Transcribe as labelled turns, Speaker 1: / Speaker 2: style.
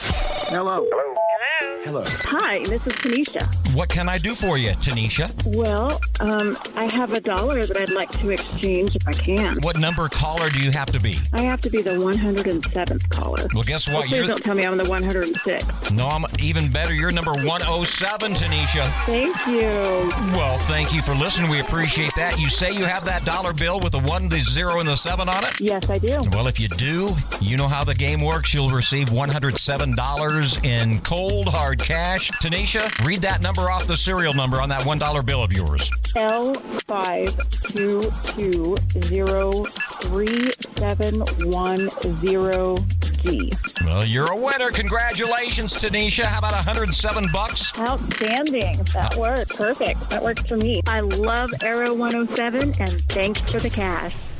Speaker 1: Hello.
Speaker 2: Hello.
Speaker 3: Hello.
Speaker 4: Hello.
Speaker 1: Hi, this is Tanisha.
Speaker 4: What can I do for you, Tanisha?
Speaker 1: Well, um, I have a dollar that I'd like to exchange if I can.
Speaker 4: What number caller do you have to be?
Speaker 1: I have to be the 107th caller.
Speaker 4: Well, guess what?
Speaker 1: Please
Speaker 4: You're
Speaker 1: don't tell me I'm the 106th.
Speaker 4: no, I'm even better. You're number 107, Tanisha.
Speaker 1: Thank you.
Speaker 4: Well, thank you for listening. We appreciate that. You say you have that dollar bill with the one, the zero, and the seven on it.
Speaker 1: Yes, I do.
Speaker 4: Well, if you do, you know how the game works. You'll receive $107 in cold hard cash. Tanisha, read that number off the serial number on that $1 bill of yours.
Speaker 1: L five two two zero three seven one zero G.
Speaker 4: Well, you're a winner. Congratulations, Tanisha. How about 107 bucks?
Speaker 1: Outstanding. That oh worked. Perfect. That worked for me. I love Arrow 107 and thanks for the cash.